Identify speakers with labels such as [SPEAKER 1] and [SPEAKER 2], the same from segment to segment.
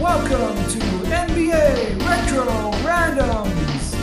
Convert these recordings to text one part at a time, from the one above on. [SPEAKER 1] Welcome to NBA Retro Randoms.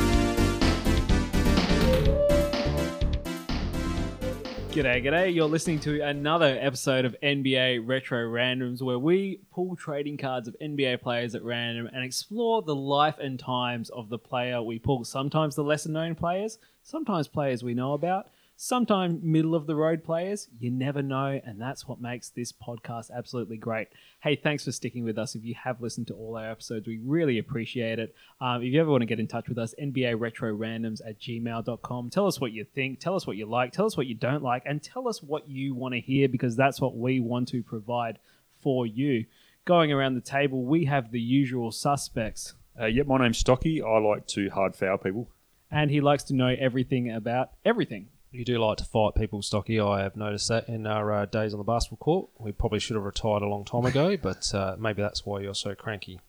[SPEAKER 2] G'day, g'day. You're listening to another episode of NBA Retro Randoms where we pull trading cards of NBA players at random and explore the life and times of the player we pull. Sometimes the lesser known players, sometimes players we know about, sometimes middle of the road players. You never know, and that's what makes this podcast absolutely great. Hey, thanks for sticking with us. If you have listened to all our episodes, we really appreciate it. Um, if you ever want to get in touch with us, NBA Retro Randoms at gmail.com. Tell us what you think, tell us what you like, tell us what you don't like, and tell us what you want to hear because that's what we want to provide for you. Going around the table, we have the usual suspects,
[SPEAKER 3] Uh, yep, my name's Stocky. I like to hard foul people.
[SPEAKER 2] and he likes to know everything about everything.
[SPEAKER 4] You do like to fight people, Stocky. I have noticed that in our uh, days on the basketball court. We probably should have retired a long time ago, but uh, maybe that's why you're so cranky.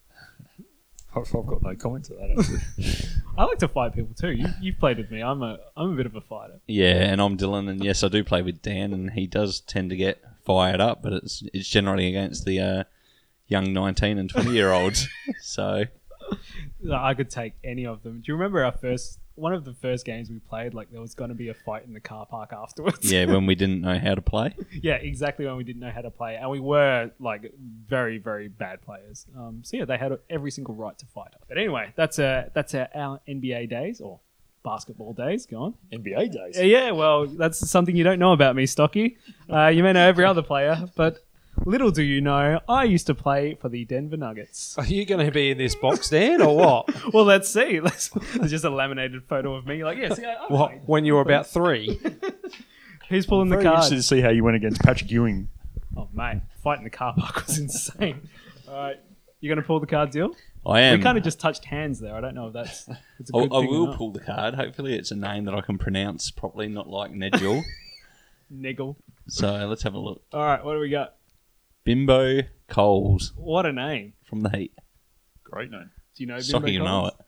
[SPEAKER 3] I've I've got no comment to that. Actually.
[SPEAKER 2] I like to fight people too. You, you've played with me. I'm a I'm a bit of a fighter.
[SPEAKER 5] Yeah, and I'm Dylan, and yes, I do play with Dan, and he does tend to get fired up, but it's it's generally against the uh, young 19 and 20 year olds. so
[SPEAKER 2] Like, I could take any of them. Do you remember our first one of the first games we played? Like there was going to be a fight in the car park afterwards.
[SPEAKER 5] yeah, when we didn't know how to play,
[SPEAKER 2] yeah, exactly when we didn't know how to play, and we were like very, very bad players. Um, so yeah, they had every single right to fight us. But anyway, that's uh, that's our, our NBA days or basketball days. Go on.
[SPEAKER 3] NBA days.
[SPEAKER 2] Yeah, yeah, well, that's something you don't know about me, Stocky. Uh, you may know every other player, but little do you know, I used to play for the Denver Nuggets.
[SPEAKER 4] Are you going to be in this box, Dan, or what?
[SPEAKER 2] Well, let's see. Let's, there's just a laminated photo of me. Like, yeah, see, I, I played.
[SPEAKER 4] what when you were about three?
[SPEAKER 2] Who's pulling the
[SPEAKER 3] Very
[SPEAKER 2] cards?
[SPEAKER 3] interested to see how you went against Patrick Ewing.
[SPEAKER 2] Oh, mate, fighting the car park was insane. All right, you're going to pull the card deal?
[SPEAKER 5] I am.
[SPEAKER 2] We kind of just touched hands there. I don't know if that's. It's a
[SPEAKER 5] Um, I,
[SPEAKER 2] good
[SPEAKER 5] I
[SPEAKER 2] thing or
[SPEAKER 5] will
[SPEAKER 2] not.
[SPEAKER 5] pull the card. Hopefully, it's a name that I can pronounce properly, not like Nedjul.
[SPEAKER 2] Niggle.
[SPEAKER 5] so let's have a look.
[SPEAKER 2] All right, what do we got?
[SPEAKER 5] Bimbo Coles
[SPEAKER 2] What a name.
[SPEAKER 5] from the Heat.
[SPEAKER 3] Great name.
[SPEAKER 2] Do you know? Bimbo
[SPEAKER 5] Stocky, you know
[SPEAKER 2] Collins?
[SPEAKER 5] it.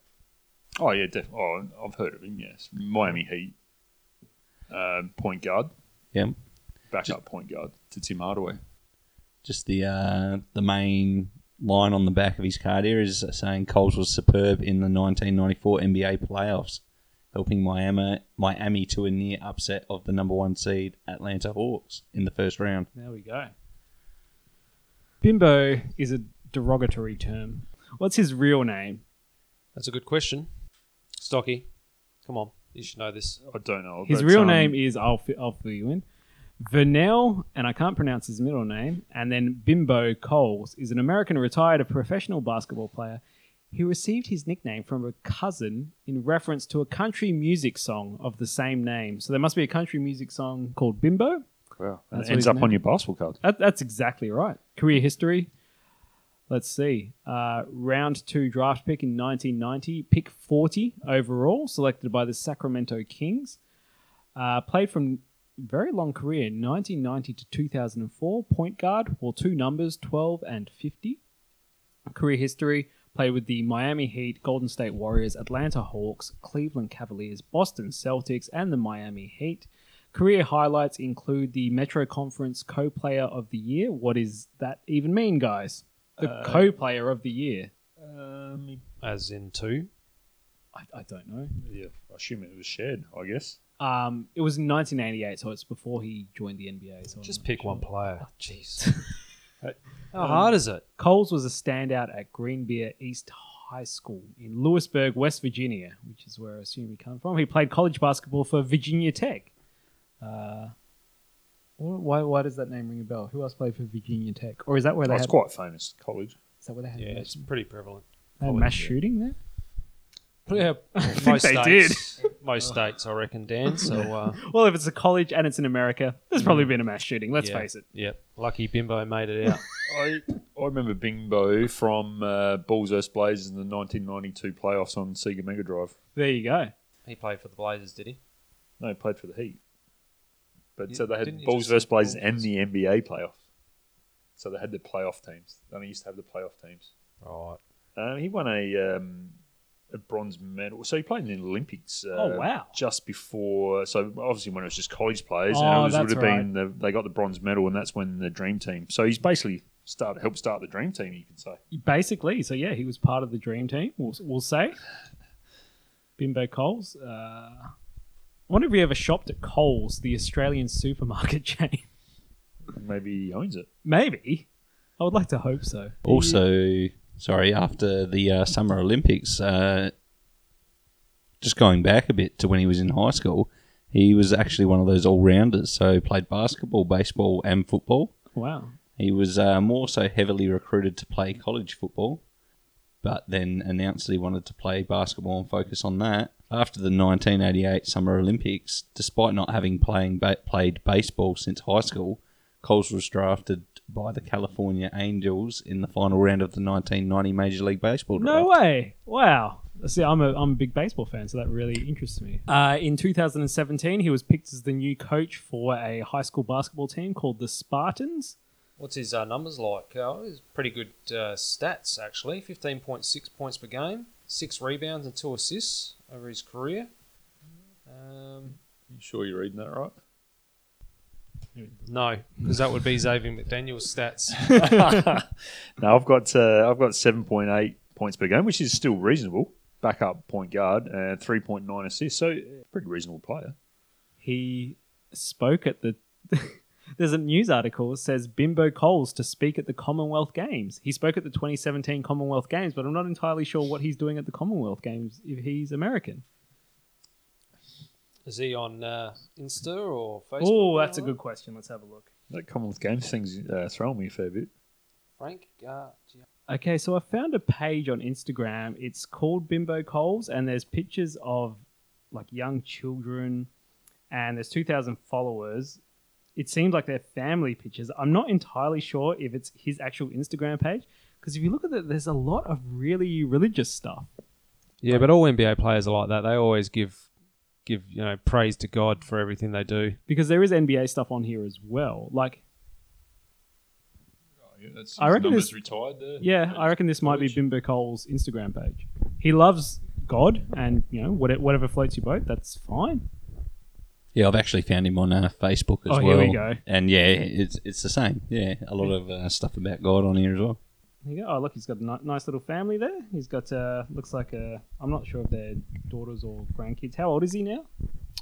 [SPEAKER 3] Oh yeah, def- oh, I've heard of him. Yes, Miami Heat uh, point guard,
[SPEAKER 5] Yeah,
[SPEAKER 3] backup point guard to Tim Hardaway.
[SPEAKER 5] just the uh, the main line on the back of his card here is saying Coles was superb in the 1994 NBA playoffs, helping Miami Miami to a near upset of the number one seed Atlanta Hawks in the first round.
[SPEAKER 2] There we go. Bimbo is a derogatory term. What's his real name?
[SPEAKER 4] That's a good question, Stocky. Come on, you should know this.
[SPEAKER 3] I don't know.
[SPEAKER 2] His
[SPEAKER 3] but,
[SPEAKER 2] real
[SPEAKER 3] um,
[SPEAKER 2] name is I'll fi- I'll fill you in. Vernell, and I can't pronounce his middle name, and then Bimbo Coles is an American retired professional basketball player. He received his nickname from a cousin in reference to a country music song of the same name. So there must be a country music song called Bimbo.
[SPEAKER 3] Wow,
[SPEAKER 2] That's what
[SPEAKER 3] and it ends
[SPEAKER 2] his
[SPEAKER 3] up
[SPEAKER 2] name
[SPEAKER 3] on your basketball card.
[SPEAKER 2] That, that's exactly right. Career history. Let's see. Uh, round two draft pick in 1990, pick 40 overall, selected by the Sacramento Kings. Uh, played from very long career, 1990 to 2004. Point guard, or two numbers, 12 and 50. Career history. Played with the Miami Heat, Golden State Warriors, Atlanta Hawks, Cleveland Cavaliers, Boston Celtics, and the Miami Heat. Career highlights include the Metro Conference Co Player of the Year. What does that even mean, guys? The
[SPEAKER 4] Uh,
[SPEAKER 2] Co Player of the Year.
[SPEAKER 3] Um,
[SPEAKER 4] As in two.
[SPEAKER 2] I, I don't know.
[SPEAKER 3] yeah, I assume it was shared. I guess.
[SPEAKER 2] Um, it was in 1988, so it's before he joined the NBA. So I'm
[SPEAKER 4] Just
[SPEAKER 2] not
[SPEAKER 4] pick
[SPEAKER 2] sure.
[SPEAKER 4] one player. Oh, Jeez, Um, how hard is it?
[SPEAKER 2] Coles was a standout at Greenbrier East High School in Lewisburg, West Virginia, which is where I assume he come from. He played college basketball for Virginia Tech. Uh, wh- why, why does that name ring a bell? Who else played for Virginia Tech? Or is that where
[SPEAKER 3] Oh,
[SPEAKER 2] they
[SPEAKER 3] it's
[SPEAKER 2] had?
[SPEAKER 3] quite famous college.
[SPEAKER 2] Is that where they had?
[SPEAKER 4] Yeah,
[SPEAKER 2] mass,
[SPEAKER 4] it's pretty prevalent.
[SPEAKER 2] they had mass shooting there.
[SPEAKER 4] Yeah, most
[SPEAKER 2] they
[SPEAKER 4] states, most states, I reckon, Dan. So uh,
[SPEAKER 2] Well, if it's a college and it's in America, there's probably been a mass shooting. Let's
[SPEAKER 4] yeah,
[SPEAKER 2] face it.
[SPEAKER 4] Yeah, lucky Bimbo made it out.
[SPEAKER 3] I I remember Bimbo from uh, Bulls vs Blazers in the 1992 playoffs on Sega Mega Drive.
[SPEAKER 2] There you go.
[SPEAKER 4] He played for the Blazers, did he?
[SPEAKER 3] No, he played for the Heat. But
[SPEAKER 4] You-
[SPEAKER 3] so they
[SPEAKER 4] didn't
[SPEAKER 3] had
[SPEAKER 4] you
[SPEAKER 3] Bulls
[SPEAKER 4] just
[SPEAKER 3] versus
[SPEAKER 4] say
[SPEAKER 3] Blazers
[SPEAKER 4] Bulls?
[SPEAKER 3] and the NBA playoffs. So they had the playoff teams. They only used to have the playoff teams.
[SPEAKER 4] Right.
[SPEAKER 3] Um, he won a, um, a bronze medal. So he played in the Olympics. Uh,
[SPEAKER 2] Oh, wow.
[SPEAKER 3] Just before, so obviously when it was just college players,
[SPEAKER 2] Oh,
[SPEAKER 3] and it was, would
[SPEAKER 2] that's
[SPEAKER 3] have been the, they got the bronze medal, and that's when the dream team. So he's basically start help start the dream team. You can say
[SPEAKER 2] Basically, so yeah, he was part of the dream team. We'll, we'll say. Bimbo Coles. Uh, I wonder if he ever shopped at Coles, the Australian supermarket chain.
[SPEAKER 3] maybe he owns it.
[SPEAKER 2] Maybe. I would like to hope so.
[SPEAKER 5] Also, sorry, after the uh, Summer Olympics, uh, just going back a bit to when he was in high school, he was actually one of those all rounders. So he played basketball, baseball, and football.
[SPEAKER 2] Wow.
[SPEAKER 5] He was uh, more so heavily recruited to play college football, but then announced that he wanted to play basketball and focus on that. After the 1988 Summer Olympics, despite not having playing ba- played baseball since high school, Coles was drafted by the California Angels in the final round of the 1990 Major League Baseball draft.
[SPEAKER 2] No way! Wow. See, I'm a I'm a big baseball fan, so that really interests me. Uh, in 2017, he was picked as the new coach for a high school basketball team called the Spartans.
[SPEAKER 4] What's his uh, numbers like? Uh, he's pretty good uh, stats, actually. 15.6 points per game, 6 rebounds and 2 assists over his career. Um,
[SPEAKER 3] You sure you're reading that right?
[SPEAKER 4] no, because that would be Xavier McDaniel's stats.
[SPEAKER 3] No, I've got uh, I've got seven point eight points per game, which is still reasonable. Backup point guard, uh, three point nine assists, so uh, pretty reasonable player.
[SPEAKER 2] He spoke at the. There's a news article that says Bimbo Coles to speak at the Commonwealth Games. He spoke at the 2017 Commonwealth Games, but I'm not entirely sure what he's doing at the Commonwealth Games if he's American.
[SPEAKER 4] Is he on uh, Insta or Facebook?
[SPEAKER 2] Oh,
[SPEAKER 4] or
[SPEAKER 2] that's a
[SPEAKER 4] whatever?
[SPEAKER 2] good question. Let's have a look.
[SPEAKER 3] That Commonwealth Games thing's uh, throwing me a fair bit.
[SPEAKER 4] Frank Garcia.
[SPEAKER 2] Okay, so I found a page on Instagram. It's called Bimbo Coles, and there's pictures of like young children, and there's 2,000 followers. It seems like they're family pictures. I'm not entirely sure if it's his actual Instagram page, because if you look at it, there's a lot of really religious stuff.
[SPEAKER 4] Yeah, but all NBA players are like that. They always give give you know praise to God for everything they do.
[SPEAKER 2] Because there is NBA stuff on here as well. Like,
[SPEAKER 3] Oh, that's,
[SPEAKER 2] I his reckon numbers it's-
[SPEAKER 3] retired there.
[SPEAKER 2] yeah, I reckon this might be Bimbo Coles' Instagram page. He loves God, and you know, whate- whatever floats your boat, that's fine.
[SPEAKER 5] Yeah, I've actually found him on uh, Facebook as
[SPEAKER 2] Oh, here
[SPEAKER 5] well.
[SPEAKER 2] we go.
[SPEAKER 5] And yeah, it's it's the same. Yeah, a lot of uh, stuff about God on here as well.
[SPEAKER 2] There you go. Oh, look, he's got a ni- nice little family there. He's got, uh, looks like a, I'm not sure if they're daughters or grandkids. How old is he now?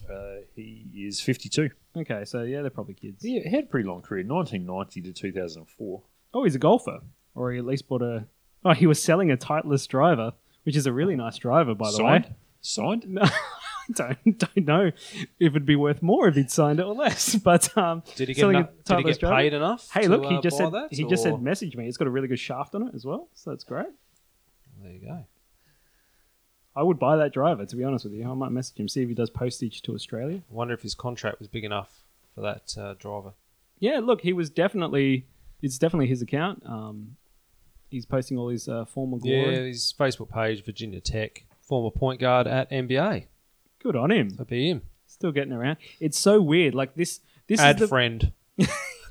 [SPEAKER 3] Uh, he is fifty two.
[SPEAKER 2] Okay, so yeah, they're probably kids.
[SPEAKER 3] He had a pretty long career, nineteen ninety to two thousand and four.
[SPEAKER 2] Oh, he's a golfer. Or he at least bought a, oh, he was selling a Titleist driver, which is a really nice driver, by the
[SPEAKER 3] Signed,
[SPEAKER 2] way.
[SPEAKER 3] signed.
[SPEAKER 2] No, don't, don't know if it'd be worth more if he'd signed it or less. But um,
[SPEAKER 4] Did he get,
[SPEAKER 2] selling
[SPEAKER 4] enough,
[SPEAKER 2] a
[SPEAKER 4] did he
[SPEAKER 2] Titleist
[SPEAKER 4] get
[SPEAKER 2] driver.
[SPEAKER 4] paid enough?
[SPEAKER 2] Hey,
[SPEAKER 4] to,
[SPEAKER 2] look, he
[SPEAKER 4] uh,
[SPEAKER 2] just
[SPEAKER 4] buy
[SPEAKER 2] said
[SPEAKER 4] that,
[SPEAKER 2] he just
[SPEAKER 4] or-
[SPEAKER 2] said message me. It's got a really good shaft on it as well, so that's great.
[SPEAKER 4] There you go.
[SPEAKER 2] I would buy that driver to be honest with you. I might message him see if he does postage to Australia.
[SPEAKER 4] Wonder if his contract was big enough for that uh, driver.
[SPEAKER 2] yeah, look, he was definitely it's definitely his account. Um, he's posting all his uh, former glory.
[SPEAKER 4] Yeah, his Facebook page, Virginia Tech, former point guard at NBA.
[SPEAKER 2] Good on him.
[SPEAKER 4] That'd be him.
[SPEAKER 2] Still getting around. It's so weird. Like this. This
[SPEAKER 4] Ad
[SPEAKER 2] is the,
[SPEAKER 4] friend.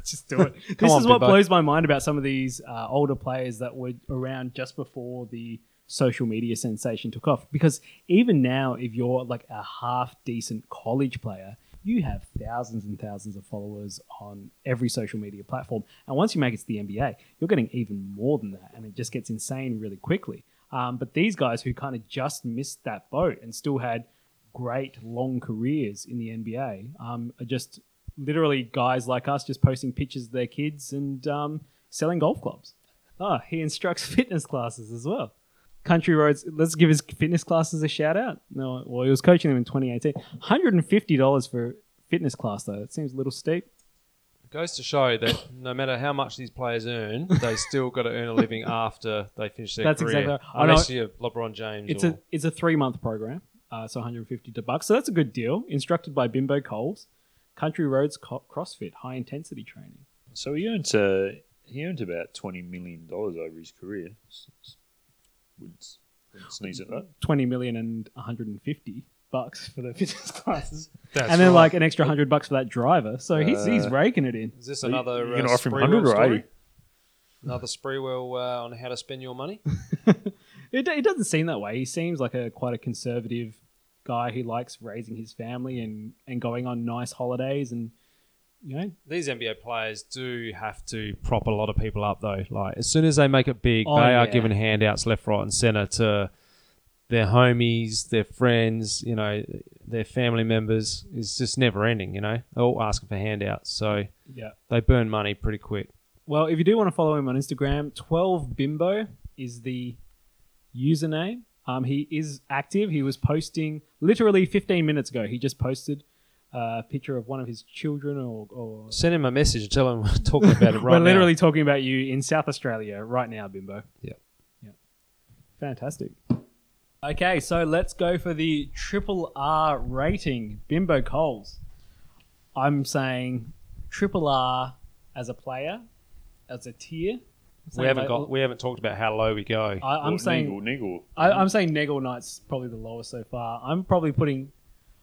[SPEAKER 2] just do it.
[SPEAKER 4] Come
[SPEAKER 2] this
[SPEAKER 4] on,
[SPEAKER 2] is what
[SPEAKER 4] Bimbo.
[SPEAKER 2] blows my mind about some of these uh, older players that were around just before the social media sensation took off. Because even now, if you're like a half decent college player, you have thousands and thousands of followers on every social media platform. And once you make it to the NBA, you're getting even more than that. And it just gets insane really quickly. Um, but these guys who kind of just missed that boat and still had great long careers in the NBA um, are just literally guys like us just posting pictures of their kids and um, selling golf clubs. Oh, he instructs fitness classes as well. Country Roads, let's give his fitness classes a shout out. No, well, he was coaching them in 2018. $150 for fitness class, though. That seems a little steep.
[SPEAKER 4] It goes to show that no matter how much these players earn, they still got to earn a living after they finish their
[SPEAKER 2] That's
[SPEAKER 4] career.
[SPEAKER 2] exactly right. I know-
[SPEAKER 4] Unless you're LeBron James.
[SPEAKER 2] It's
[SPEAKER 4] or,
[SPEAKER 2] a it's a three month program, uh, so 150 bucks. So that's a good deal. Instructed by Bimbo Coles, Country Roads co- CrossFit, high intensity training.
[SPEAKER 3] So he earned uh, he earned about twenty million dollars over his career. S- s- Wouldn't, wouldn't sneeze at that.
[SPEAKER 2] 20 million and 150 bucks for the fitness classes.
[SPEAKER 4] That's
[SPEAKER 2] and then
[SPEAKER 4] right.
[SPEAKER 2] like an extra 100 bucks for that driver. So he's,
[SPEAKER 3] Uh,
[SPEAKER 2] he's raking it in.
[SPEAKER 4] Is this
[SPEAKER 3] you-
[SPEAKER 4] another
[SPEAKER 3] you gonna
[SPEAKER 4] uh,
[SPEAKER 3] offer him
[SPEAKER 4] Spreewell
[SPEAKER 3] 100 or
[SPEAKER 4] story?
[SPEAKER 3] 80?
[SPEAKER 4] Another Spreewell uh, on how to spend your money?
[SPEAKER 2] It, it doesn't seem that way. He seems like a quite a conservative guy who likes raising his family and, and going on nice holidays and You know,
[SPEAKER 4] These NBA players do have to prop a lot of people up, though. Like as soon as they make it big,
[SPEAKER 2] Oh,
[SPEAKER 4] they are
[SPEAKER 2] yeah.
[SPEAKER 4] given handouts left, right, and center to their homies, their friends, you know, their family members. It's just never ending. You know, they're all asking for handouts, so
[SPEAKER 2] yeah.
[SPEAKER 4] they burn money pretty quick.
[SPEAKER 2] Well, if you do want to follow him on Instagram, 12bimbo is the username. Um, he is active. He was posting literally 15 minutes ago. He just posted a picture of one of his children or. or
[SPEAKER 4] Send him a message and tell him we're talking about it right
[SPEAKER 2] We're
[SPEAKER 4] now.
[SPEAKER 2] literally talking about you in South Australia right now, Bimbo.
[SPEAKER 4] Yeah.
[SPEAKER 2] Yeah. Fantastic. Okay, so let's go for the triple R rating. Bimbo Coles. I'm saying triple R as a player, as a tier.
[SPEAKER 4] We haven't got. We haven't talked about how low we go.
[SPEAKER 2] I, I'm
[SPEAKER 3] Or
[SPEAKER 2] saying
[SPEAKER 3] Niggle,
[SPEAKER 2] I, I'm saying Negel Knight's probably the lowest so far. I'm probably putting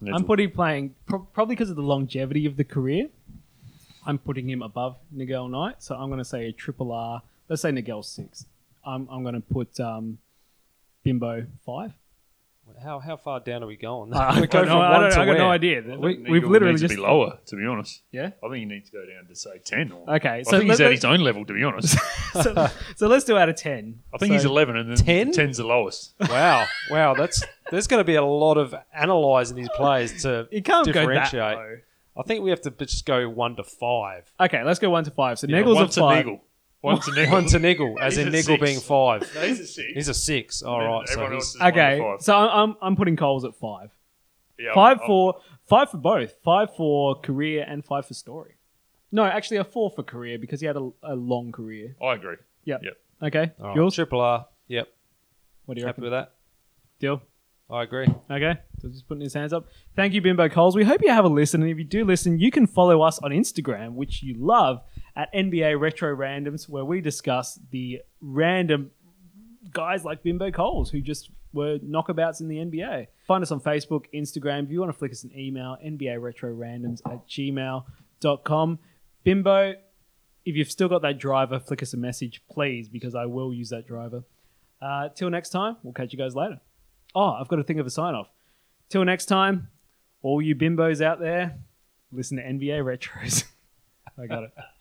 [SPEAKER 3] Niggle.
[SPEAKER 2] I'm putting playing pro- probably because of the longevity of the career. I'm putting him above Nigel Knight, so I'm going to say a triple R. Let's say Nigel's six. I'm I'm going to put um, Bimbo five.
[SPEAKER 4] How how far down are we going?
[SPEAKER 2] I,
[SPEAKER 4] We go
[SPEAKER 2] don't
[SPEAKER 4] from
[SPEAKER 2] know, I,
[SPEAKER 4] one
[SPEAKER 2] don't,
[SPEAKER 4] to
[SPEAKER 2] I got no
[SPEAKER 4] where?
[SPEAKER 2] idea. We,
[SPEAKER 3] Niggle
[SPEAKER 2] we've literally
[SPEAKER 3] needs
[SPEAKER 2] just
[SPEAKER 3] to be lower. To be honest,
[SPEAKER 2] Yeah.
[SPEAKER 3] I think he needs to go down to say ten. Or,
[SPEAKER 2] Okay,
[SPEAKER 3] I
[SPEAKER 2] so
[SPEAKER 3] think he's
[SPEAKER 2] let-
[SPEAKER 3] at his own level. To be honest,
[SPEAKER 2] so, so let's do out of ten.
[SPEAKER 3] I think
[SPEAKER 2] So-
[SPEAKER 3] he's eleven, and then
[SPEAKER 4] 10?
[SPEAKER 3] 10's the lowest.
[SPEAKER 4] Wow, wow, that's there's going to be a lot of analysing these players to
[SPEAKER 2] It can't go that
[SPEAKER 4] differentiate.
[SPEAKER 2] low.
[SPEAKER 4] I think we have to just go one to five.
[SPEAKER 2] Okay, let's go one to five. So
[SPEAKER 3] Yeah,
[SPEAKER 2] Negel's
[SPEAKER 3] one's
[SPEAKER 2] a five.
[SPEAKER 3] Niggle. One's a niggle.
[SPEAKER 4] One to Niggle, as
[SPEAKER 3] He's
[SPEAKER 4] in
[SPEAKER 3] a
[SPEAKER 4] Niggle
[SPEAKER 3] six.
[SPEAKER 4] being five.
[SPEAKER 3] No, he's a six.
[SPEAKER 4] He's a six. All right, so
[SPEAKER 3] Everyone
[SPEAKER 4] he's-
[SPEAKER 3] else is
[SPEAKER 2] Okay,
[SPEAKER 3] one to five.
[SPEAKER 2] so I'm, I'm I'm putting Coles at five.
[SPEAKER 3] Yeah,
[SPEAKER 2] Five
[SPEAKER 3] I'm-
[SPEAKER 2] for five for both. Five for career and five for story. No, actually a four for career because he had a, a long career.
[SPEAKER 3] I agree.
[SPEAKER 2] Yep.
[SPEAKER 3] Yep.
[SPEAKER 2] Okay.
[SPEAKER 4] all right.
[SPEAKER 2] Yours.
[SPEAKER 4] triple R. Yep,
[SPEAKER 2] What do you reckon?
[SPEAKER 4] happy with that.
[SPEAKER 2] Deal.
[SPEAKER 4] I agree.
[SPEAKER 2] Okay. So just putting his hands up. Thank you, Bimbo Coles. We hope you have a listen, and if you do listen, you can follow us on Instagram, which you love, at NBA Retro Randoms, where we discuss the random guys like Bimbo Coles who just were knockabouts in the NBA. Find us on Facebook, Instagram. If you want to flick us an email, NBA Retro Randoms at gmail.com. Bimbo, if you've still got that driver, flick us a message, please, because I will use that driver. Uh, till next time, we'll catch you guys later. Oh, I've got to think of a sign off. Till next time, all you bimbos out there, listen to NBA retros. I got it.